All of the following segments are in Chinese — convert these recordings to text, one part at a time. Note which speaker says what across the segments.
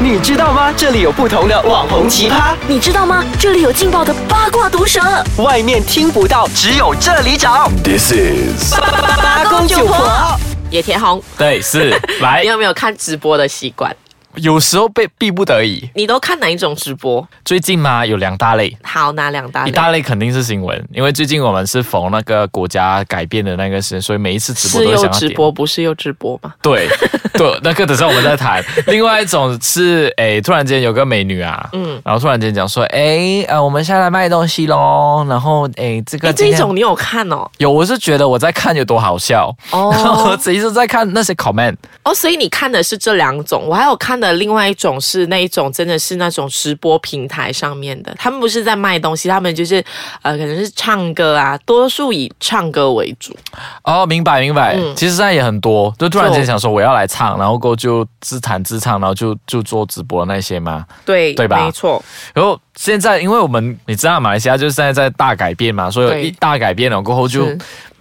Speaker 1: 你知道吗？这里有不同的网红奇葩，
Speaker 2: 你知道吗？这里有劲爆的八卦毒舌，
Speaker 1: 外面听不到，只有这里找。
Speaker 3: This is
Speaker 1: 八公九婆，
Speaker 4: 野田红，
Speaker 5: 对，是来
Speaker 4: 你，有没有看直播的习惯？
Speaker 5: 有时候被逼不得已。
Speaker 4: 你都看哪一种直播？
Speaker 5: 最近嘛，有两大类，
Speaker 4: 好，哪两大类？
Speaker 5: 一大类肯定是新闻，因为最近我们是逢那个国家改变的那个事，所以每一次直播都
Speaker 4: 是
Speaker 5: 会
Speaker 4: 又
Speaker 5: 想要
Speaker 4: 直
Speaker 5: 点。
Speaker 4: 播，不是又直播吗？
Speaker 5: 对 对，那个等下我们再谈。另外一种是，诶，突然间有个美女啊，嗯，然后突然间讲说，诶，呃，我们下来卖东西喽，然后诶，这个
Speaker 4: 哎，这
Speaker 5: 今
Speaker 4: 一
Speaker 5: 天
Speaker 4: 种你有看 哦？
Speaker 5: 有，我是觉得我在看有多好笑，
Speaker 4: 哦
Speaker 5: 然后我只一直在看那些 comment，
Speaker 4: 哦，所以你看的是这两种，我还有看的另外一种是那一种，真的是那种直播平台上面的，他们不是在卖东西，他们就是呃，可能是唱歌啊，多数以唱歌为主。
Speaker 5: 哦，明白明白。
Speaker 4: 嗯
Speaker 5: 其实现在也很多，就突然间
Speaker 4: 就
Speaker 5: 想说我要来唱，然后过后就自弹自唱，然后就就做直播那些嘛。
Speaker 4: 对，
Speaker 5: 对吧
Speaker 4: 没错，
Speaker 5: 然后现在因为我们你知道马来西亚就是现在在大改变嘛，所以有
Speaker 4: 对
Speaker 5: 一大改变了过后就是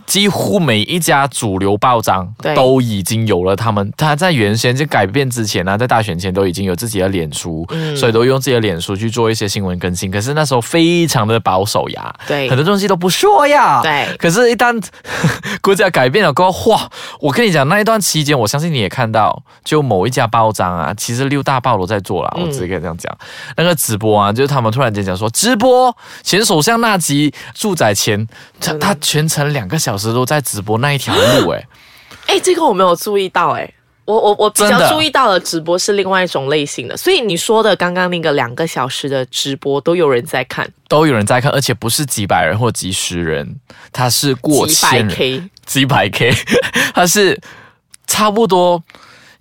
Speaker 5: 几乎每一家主流报章
Speaker 4: 对
Speaker 5: 都已经有了他们，他在原先就改变之前呢、啊在大选前都已经有自己的脸书，
Speaker 4: 嗯
Speaker 5: 所以都用自己的脸书去做一些新闻更新。可是那时候非常的保守呀，
Speaker 4: 对
Speaker 5: 很多东西都不说呀，
Speaker 4: 对
Speaker 5: 可是，一旦 国家改变了过后，哇！我跟你讲，那一段期间，我相信你也看到，就某一家报章啊，其实六大报都在做
Speaker 4: 嗯
Speaker 5: 啦，我直接可以这样讲。那个直播啊，就是他们突然间讲说，直播前首相纳吉住宅前，他他全程两个小时都在直播那一条路、 诶，
Speaker 4: 哎，这个我没有注意到、哎。我我我比
Speaker 5: 真的
Speaker 4: 较注意到的直播是另外一种类型的，所以你说的刚刚那个两个小时的直播都有人在看，
Speaker 5: 都有人在看，而且不是几百人或几十人，他是过
Speaker 4: 几百
Speaker 5: 千人。
Speaker 4: K，
Speaker 5: 几百 K，他 是差不多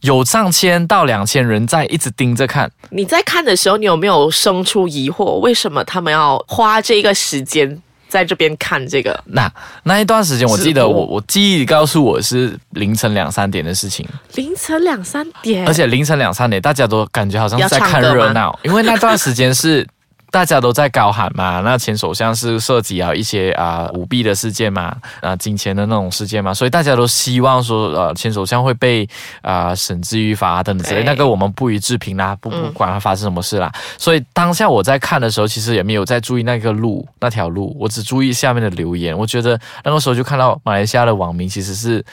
Speaker 5: 有上千到两千人在一直盯着看。
Speaker 4: 你在看的时候，你有没有生出疑惑？为什么他们要花这个时间在这边看这个？
Speaker 5: 那那一段时间，我记得
Speaker 4: 直播
Speaker 5: 我我记忆告诉我是凌晨两三点的事情，
Speaker 4: 凌晨两三点，
Speaker 5: 而且凌晨两三点大家都感觉好像是在
Speaker 4: 哎要唱
Speaker 5: 看
Speaker 4: 歌吗
Speaker 5: 热闹，因为那段时间是。 大家都在高喊嘛，那前首相是涉及啊一些啊、舞弊的事件嘛，啊、金钱的那种事件嘛，所以大家都希望说呃前首相会被啊、审之于法啊等等之类，
Speaker 4: 对嗯
Speaker 5: 那个我们不予置评啦，不不管它发生什么事啦。所以当下我在看的时候，其实也没有在注意那个路那条路，我只注意下面的留言。我觉得那个时候就看到马来西亚的网民其实是，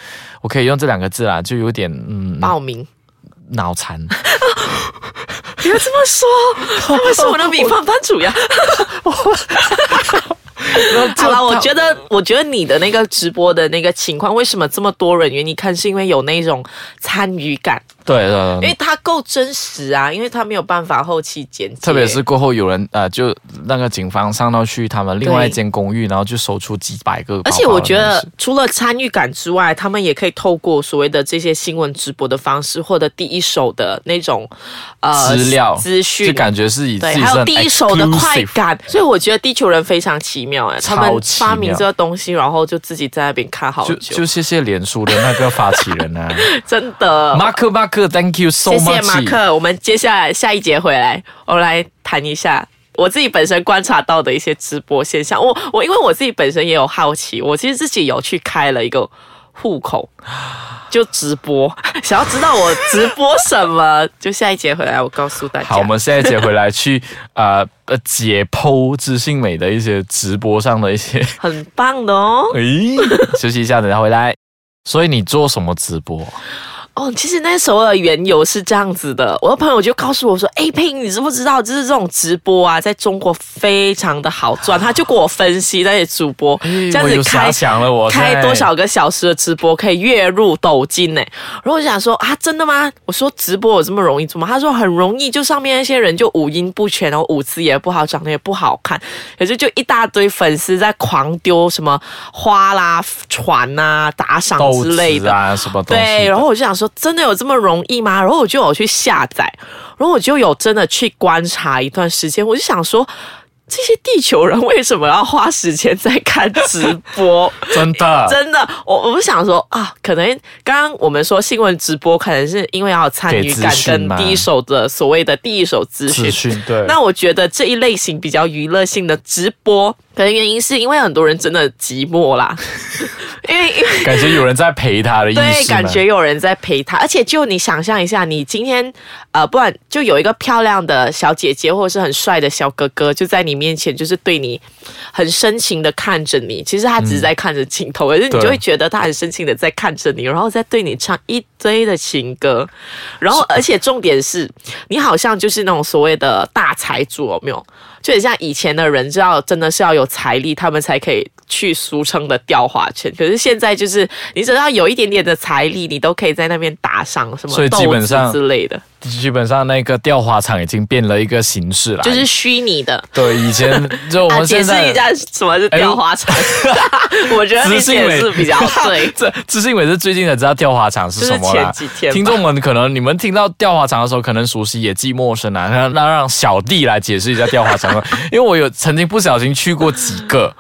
Speaker 5: 我可以用这两个字啦，就有点嗯
Speaker 4: 报名，
Speaker 5: 脑残。
Speaker 4: 不要这么说，他们是我的米饭班 主呀。好啦，我觉得，我觉得你的那个直播的那个情况，为什么这么多人愿意看，是因为有那种参与感，
Speaker 5: 对对
Speaker 4: 因为
Speaker 5: 对，
Speaker 4: 它够真实啊，因为它没有办法后期剪辑，
Speaker 5: 特别是过后有人呃，就那个警方上到去他们另外一间公寓，然后就搜出几百个包包的东
Speaker 4: 而且
Speaker 5: 西。
Speaker 4: 我觉得，除了参与感之外，他们也可以透过所谓的这些新闻直播的方式，获得第一手的那种呃
Speaker 5: 资料
Speaker 4: 资
Speaker 5: 就
Speaker 4: 讯。
Speaker 5: 感觉是以自
Speaker 4: 对，
Speaker 5: 己
Speaker 4: 还
Speaker 5: 是
Speaker 4: 有
Speaker 5: 很
Speaker 4: 第一手的快
Speaker 5: exclusive
Speaker 4: 感，所以我觉得地球人非常奇妙哎，他
Speaker 5: 超
Speaker 4: 们
Speaker 5: 奇妙
Speaker 4: 发明这个东西，然后就自己在那边看好
Speaker 5: 就
Speaker 4: 久，
Speaker 5: 就谢谢脸书的那个发起人啊
Speaker 4: 真的。
Speaker 5: 马克马克 t h a n k you so
Speaker 4: 谢
Speaker 5: much。
Speaker 4: 谢马克，我们接下来下一节回来，我来谈一下我自己本身观察到的一些直播现象。我我因为我自己本身也有好奇，我其实自己有去开了一个户 口，就直播，想要知道我直播什么，就下一节回来我告诉大家。
Speaker 5: 好，我们现在接回来去呃呃解剖知性美的一些直播上的一些，。
Speaker 4: 很棒的哦
Speaker 5: 诶，休息一下，等下回来。所以你做什么直播？
Speaker 4: 哦，其实那时候的缘由是这样子的，我的朋友就告诉我说：“哎，佩英，你知不知道，就是这种直播啊，在中国非常的好 赚。”他就给我分析那些主播这样
Speaker 5: 哎我
Speaker 4: 子
Speaker 5: 有啥
Speaker 4: 开
Speaker 5: 想了我，
Speaker 4: 开多少个小时的直播可以月入抖金呢、然后我就想说啊，真的吗？我说直播有这么容易做吗？他说很容易，就上面那些人就五音不全，然后舞姿也不好，长得也不好看，可是就一大堆粉丝在狂丢什么花啦、船啊、打赏
Speaker 5: 豆
Speaker 4: 之类
Speaker 5: 子
Speaker 4: 的。
Speaker 5: 啊什么东西？
Speaker 4: 对，然后我就想说，真的有这么容易吗？然后我就有去下载，然后我就有真的去观察一段时间，我就想说。这些地球人为什么要花时间在看直 播？
Speaker 5: 真的，
Speaker 4: 真的，我我们想说啊，可能刚刚我们说新闻直播，可能是因为要有参与
Speaker 5: 给
Speaker 4: 感
Speaker 5: 资讯
Speaker 4: 跟
Speaker 5: 嘛
Speaker 4: 第一手的所谓的第一手资讯
Speaker 5: 资。讯对。
Speaker 4: 那我觉得这一类型比较娱乐性的直播，可能原因是因为很多人真的寂 寞啦，因为因为
Speaker 5: 感觉有人在陪他的意思吗，
Speaker 4: 对，感觉有人在陪他，而且就你想象一下，你今天呃，不然就有一个漂亮的小姐姐或者是很帅的小哥哥，就在你面前，就是对你很深情的看着你。其实他只是
Speaker 5: 嗯
Speaker 4: 在看着镜头，可是你
Speaker 5: 对
Speaker 4: 就会觉得他很深情的在看着你，然后再对你唱一堆的情歌。然后，而且重点是你好像就是那种所谓的大财主，有没有？就很像以前的人，知道真的是要有财力，他们才可以去俗称的钓花圈。可是现在就是，你只要有一点点的财力，你都可以在那边打赏什么
Speaker 5: 所以基
Speaker 4: 豆
Speaker 5: 本
Speaker 4: 子
Speaker 5: 上
Speaker 4: 之类的，
Speaker 5: 基本上那个钓花场已经变了一个形式了，
Speaker 4: 就是虚拟的。
Speaker 5: 对以前哎就我
Speaker 4: 啊，
Speaker 5: 们
Speaker 4: 解
Speaker 5: 现
Speaker 4: 释
Speaker 5: 在哎
Speaker 4: 一下什么是钓花场，我觉得你
Speaker 5: 知性
Speaker 4: 解
Speaker 5: 美。
Speaker 4: 释比较对
Speaker 5: 这知性美是最近才知道钓花场是什么啦。
Speaker 4: 就是前几天吧
Speaker 5: 听众们可能你们听到钓花场的时候，可能熟悉也既陌生啊。那那让小弟来解释一下钓花场， 因为我有曾经不小心去过几个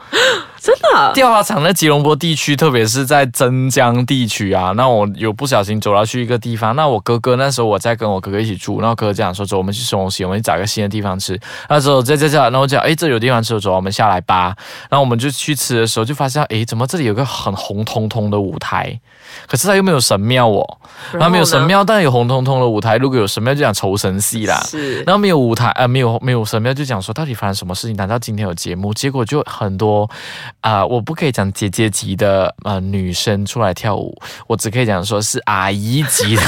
Speaker 4: 真 的，
Speaker 5: 钓花场，在吉隆坡地区，特别是在增江地区啊。那我有不小心走到去一个地方，那我哥哥那时候我在跟我哥哥一起住，然后哥哥讲说走，我们去吃东西，我们去找个新的地方吃。那时候在在这，然后我讲哎这有地方吃，走，我们下来吧。然后我们就去吃的时候，就发现哎怎么这里有个很红彤彤的舞台。可是它又没有神庙哦，
Speaker 4: 然后呢
Speaker 5: 它没有神庙，但有红彤彤的舞台。如果有神庙，就讲酬神戏啦。
Speaker 4: 是
Speaker 5: 然后没有舞台，呃，没有没有神庙，就讲说到底发生什么事情？难道今天有节目？结果就很多啊、我不可以讲姐姐级的呃女生出来跳舞，我只可以讲说是阿姨级的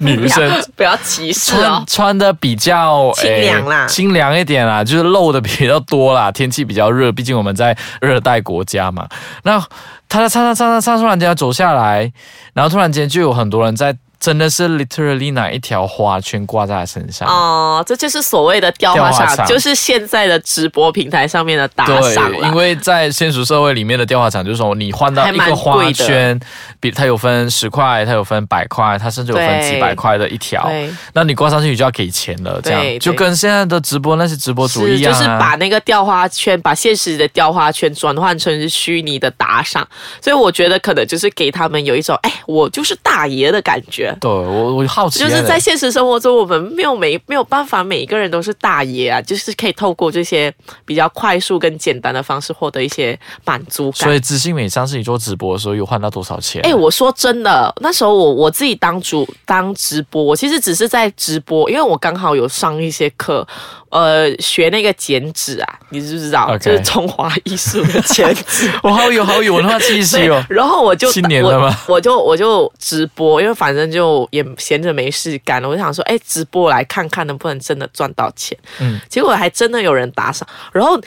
Speaker 5: 女生。
Speaker 4: 不要歧视
Speaker 5: 穿
Speaker 4: 哦。
Speaker 5: 穿的比较
Speaker 4: 清
Speaker 5: 诶
Speaker 4: 凉啦
Speaker 5: 清凉一点啊啦，就是露的比较多啦。天气比较热，毕竟我们在热带国家嘛。那他唱唱唱唱唱，突然间走下来，然后突然间就有很多人在，真的是 literally 拿一条花圈挂在他身上。
Speaker 4: 哦，这就是所谓的钓
Speaker 5: 钓
Speaker 4: 花
Speaker 5: 花
Speaker 4: 场，
Speaker 5: 场
Speaker 4: 就是现在的直播平台上面的打赏
Speaker 5: 对，
Speaker 4: 啦
Speaker 5: 因为在现实社会里面的钓花场，就是说你换到
Speaker 4: 还
Speaker 5: 一
Speaker 4: 蛮
Speaker 5: 个花
Speaker 4: 贵的
Speaker 5: 圈，比它有分十块，它有分百块，它甚至有分
Speaker 4: 对
Speaker 5: 几百块的一条
Speaker 4: 对，
Speaker 5: 那你挂上去你就要给钱了，这
Speaker 4: 对
Speaker 5: 样就跟现在的直播那些直播主
Speaker 4: 是，
Speaker 5: 一
Speaker 4: 就
Speaker 5: 样、啊、
Speaker 4: 是把那个雕花圈，把现实的雕花圈转换成是虚拟的打赏，所以我觉得可能就是给他们有一种，哎，我就是大爷的感觉。
Speaker 5: 对我我好奇
Speaker 4: 就
Speaker 5: 啊，
Speaker 4: 是在现实生活中，我们没有每没有办法，每一个人都是大爷啊，就是可以透过这些比较快速跟简单的方式获得一些满足感。
Speaker 5: 所以知性美上次你做直播的时候有换到多少钱？
Speaker 4: 哎、我说真的，那时候我我自己当主当直播，我其实只是在直播，因为我刚好有上一些课，呃，学那个剪纸啊，你知不知道
Speaker 5: OK
Speaker 4: 就是中华艺术的剪 纸。。
Speaker 5: 我好有好有文化气息哦
Speaker 4: 然后我就
Speaker 5: 新年了吗
Speaker 4: 我我就我就直播，因为反正就也闲着没事干了，我就想说，哎，直播来看看能不能真的赚到钱。
Speaker 5: 嗯，
Speaker 4: 结果还真的有人打赏，然后。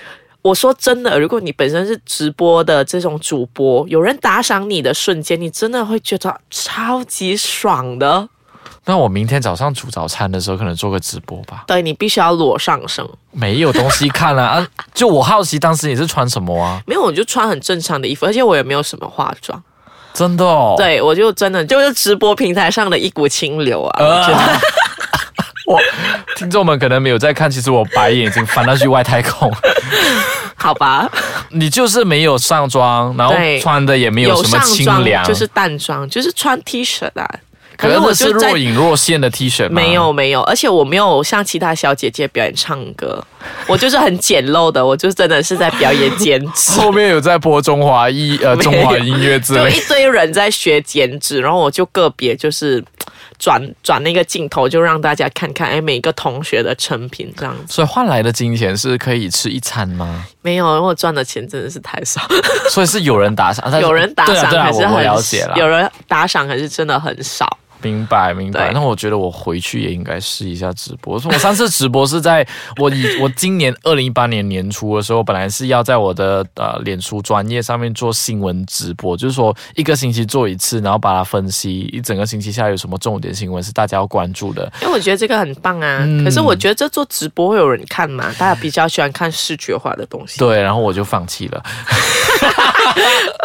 Speaker 4: 我说真的，如果你本身是直播的这种主播，有人打赏你的瞬间，你真的会觉得超级爽的。
Speaker 5: 那我明天早上煮早餐的时候可能做个直播吧，
Speaker 4: 对你必须要裸上身，
Speaker 5: 没有东西看了啊啊！就我好奇当时你是穿什么啊？
Speaker 4: 没有我就穿很正常的衣服，而且我也没有什么化妆。
Speaker 5: 真的哦。。
Speaker 4: 对我就真的就是直播平台上的一股清流啊，我觉得
Speaker 5: 呃，我听众们可能没有在看，其实我白眼已经翻到去外太空。
Speaker 4: 好吧。
Speaker 5: 你就是没有上妆，然后
Speaker 4: 对
Speaker 5: 穿的也没有
Speaker 4: 有
Speaker 5: 什么
Speaker 4: 上
Speaker 5: 清
Speaker 4: 妆
Speaker 5: 凉，
Speaker 4: 就是淡妆，就是穿 T 恤啊。
Speaker 5: 可
Speaker 4: 是
Speaker 5: 能
Speaker 4: 我
Speaker 5: 是
Speaker 4: 就在
Speaker 5: 若隐若现的 T 恤吗
Speaker 4: 没有没有，而且我没有像其他小姐姐表演唱歌，我就是很简陋的，我就真的是在表演剪 纸。
Speaker 5: 后面有在播中华艺呃
Speaker 4: 没有
Speaker 5: 中华音乐之
Speaker 4: 就
Speaker 5: 类
Speaker 4: 一，堆人在学剪纸，然后我就个别就是转转那个镜头，就让大家看看，哎，每个同学的成品这样子。
Speaker 5: 所以换来的金钱是可以吃一餐吗？
Speaker 4: 没有，因为我赚的钱真的是太少，
Speaker 5: 所以是有人打赏，但是
Speaker 4: 有人打赏
Speaker 5: 对啊
Speaker 4: 还
Speaker 5: 对
Speaker 4: 是
Speaker 5: 啊，我我
Speaker 4: 很
Speaker 5: 了解了，
Speaker 4: 有人打赏还是真的很少。
Speaker 5: 明白明白，
Speaker 4: 对
Speaker 5: 那我觉得我回去也应该试一下直播。我说我上次直播是在我以我今 年二零一八年年初的时候，本来是要在我的呃脸书专业上面做新闻直播，就是说一个星期做一次，然后把它分析一整个星期下来有什么重点新闻是大家要关注 的。
Speaker 4: 因为我觉得这个很棒啊，
Speaker 5: 嗯
Speaker 4: 可是我觉得这做直播会有人看嘛，大家比较喜欢看视觉化的东 西。
Speaker 5: 对，然后我就放弃了。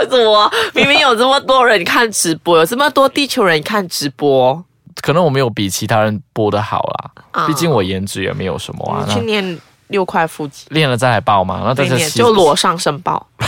Speaker 4: 怎么明明有这么多人看直播，有这么多地球人看直播？
Speaker 5: 可能我没有比其他人播的好啦，
Speaker 4: 啊
Speaker 5: 毕竟我颜值也没有什么啊。
Speaker 4: 你去
Speaker 5: 那
Speaker 4: 念六块腹肌，
Speaker 5: 练了再来报嘛，那但
Speaker 4: 对
Speaker 5: 是
Speaker 4: 面
Speaker 5: 其实
Speaker 4: 就裸上身抱，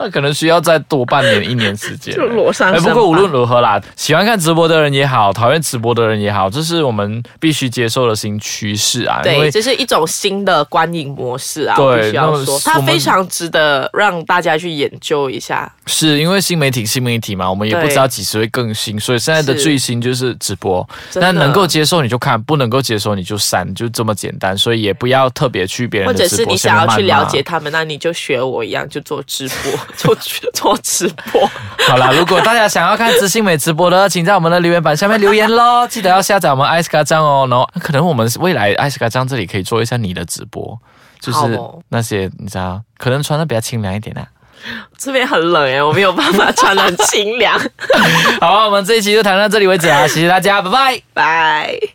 Speaker 5: 那可能需要再多半年、一年时间。
Speaker 4: 就裸上
Speaker 5: 哎，
Speaker 4: 身吧
Speaker 5: 不过无论如何啦，喜欢看直播的人也好，讨厌直播的人也好，这是我们必须接受的新趋势啊。因
Speaker 4: 对，
Speaker 5: 为
Speaker 4: 这是一种新的观影模式啊，
Speaker 5: 对
Speaker 4: 我必须要
Speaker 5: 那我
Speaker 4: 说，它
Speaker 5: 们
Speaker 4: 非常值得让大家去研究一下。
Speaker 5: 是因为新媒体、新媒体嘛，我们也
Speaker 4: 对
Speaker 5: 不知道几时会更新，所以现在的
Speaker 4: 是
Speaker 5: 最新就是直播。
Speaker 4: 真的
Speaker 5: 那能够接受你就看，不能够接受你就删，就这么简单。所以也不要特别去别
Speaker 4: 或
Speaker 5: 人
Speaker 4: 者
Speaker 5: 的直
Speaker 4: 是
Speaker 5: 播
Speaker 4: 你
Speaker 5: 间
Speaker 4: 想要去
Speaker 5: 谩骂
Speaker 4: 了解。他们，那你就学我一样，就做直 播，做做直播。
Speaker 5: 好啦，如果大家想要看知性美直播的，请在我们的留言板下面留言喽。 记得要下载我们艾斯卡张哦，然后可能我们未来艾斯卡张这里可以做一下你的直播，就
Speaker 4: 好
Speaker 5: 是
Speaker 4: 哦
Speaker 5: 那些你知道，可能穿的比较清凉一点啊。
Speaker 4: 这边很冷哎、我没有办法穿得很清凉。
Speaker 5: 好，我们这一期就谈到这里为止啊，谢谢大家，拜拜。
Speaker 4: 拜。